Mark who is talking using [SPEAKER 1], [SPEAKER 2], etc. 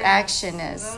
[SPEAKER 1] action is.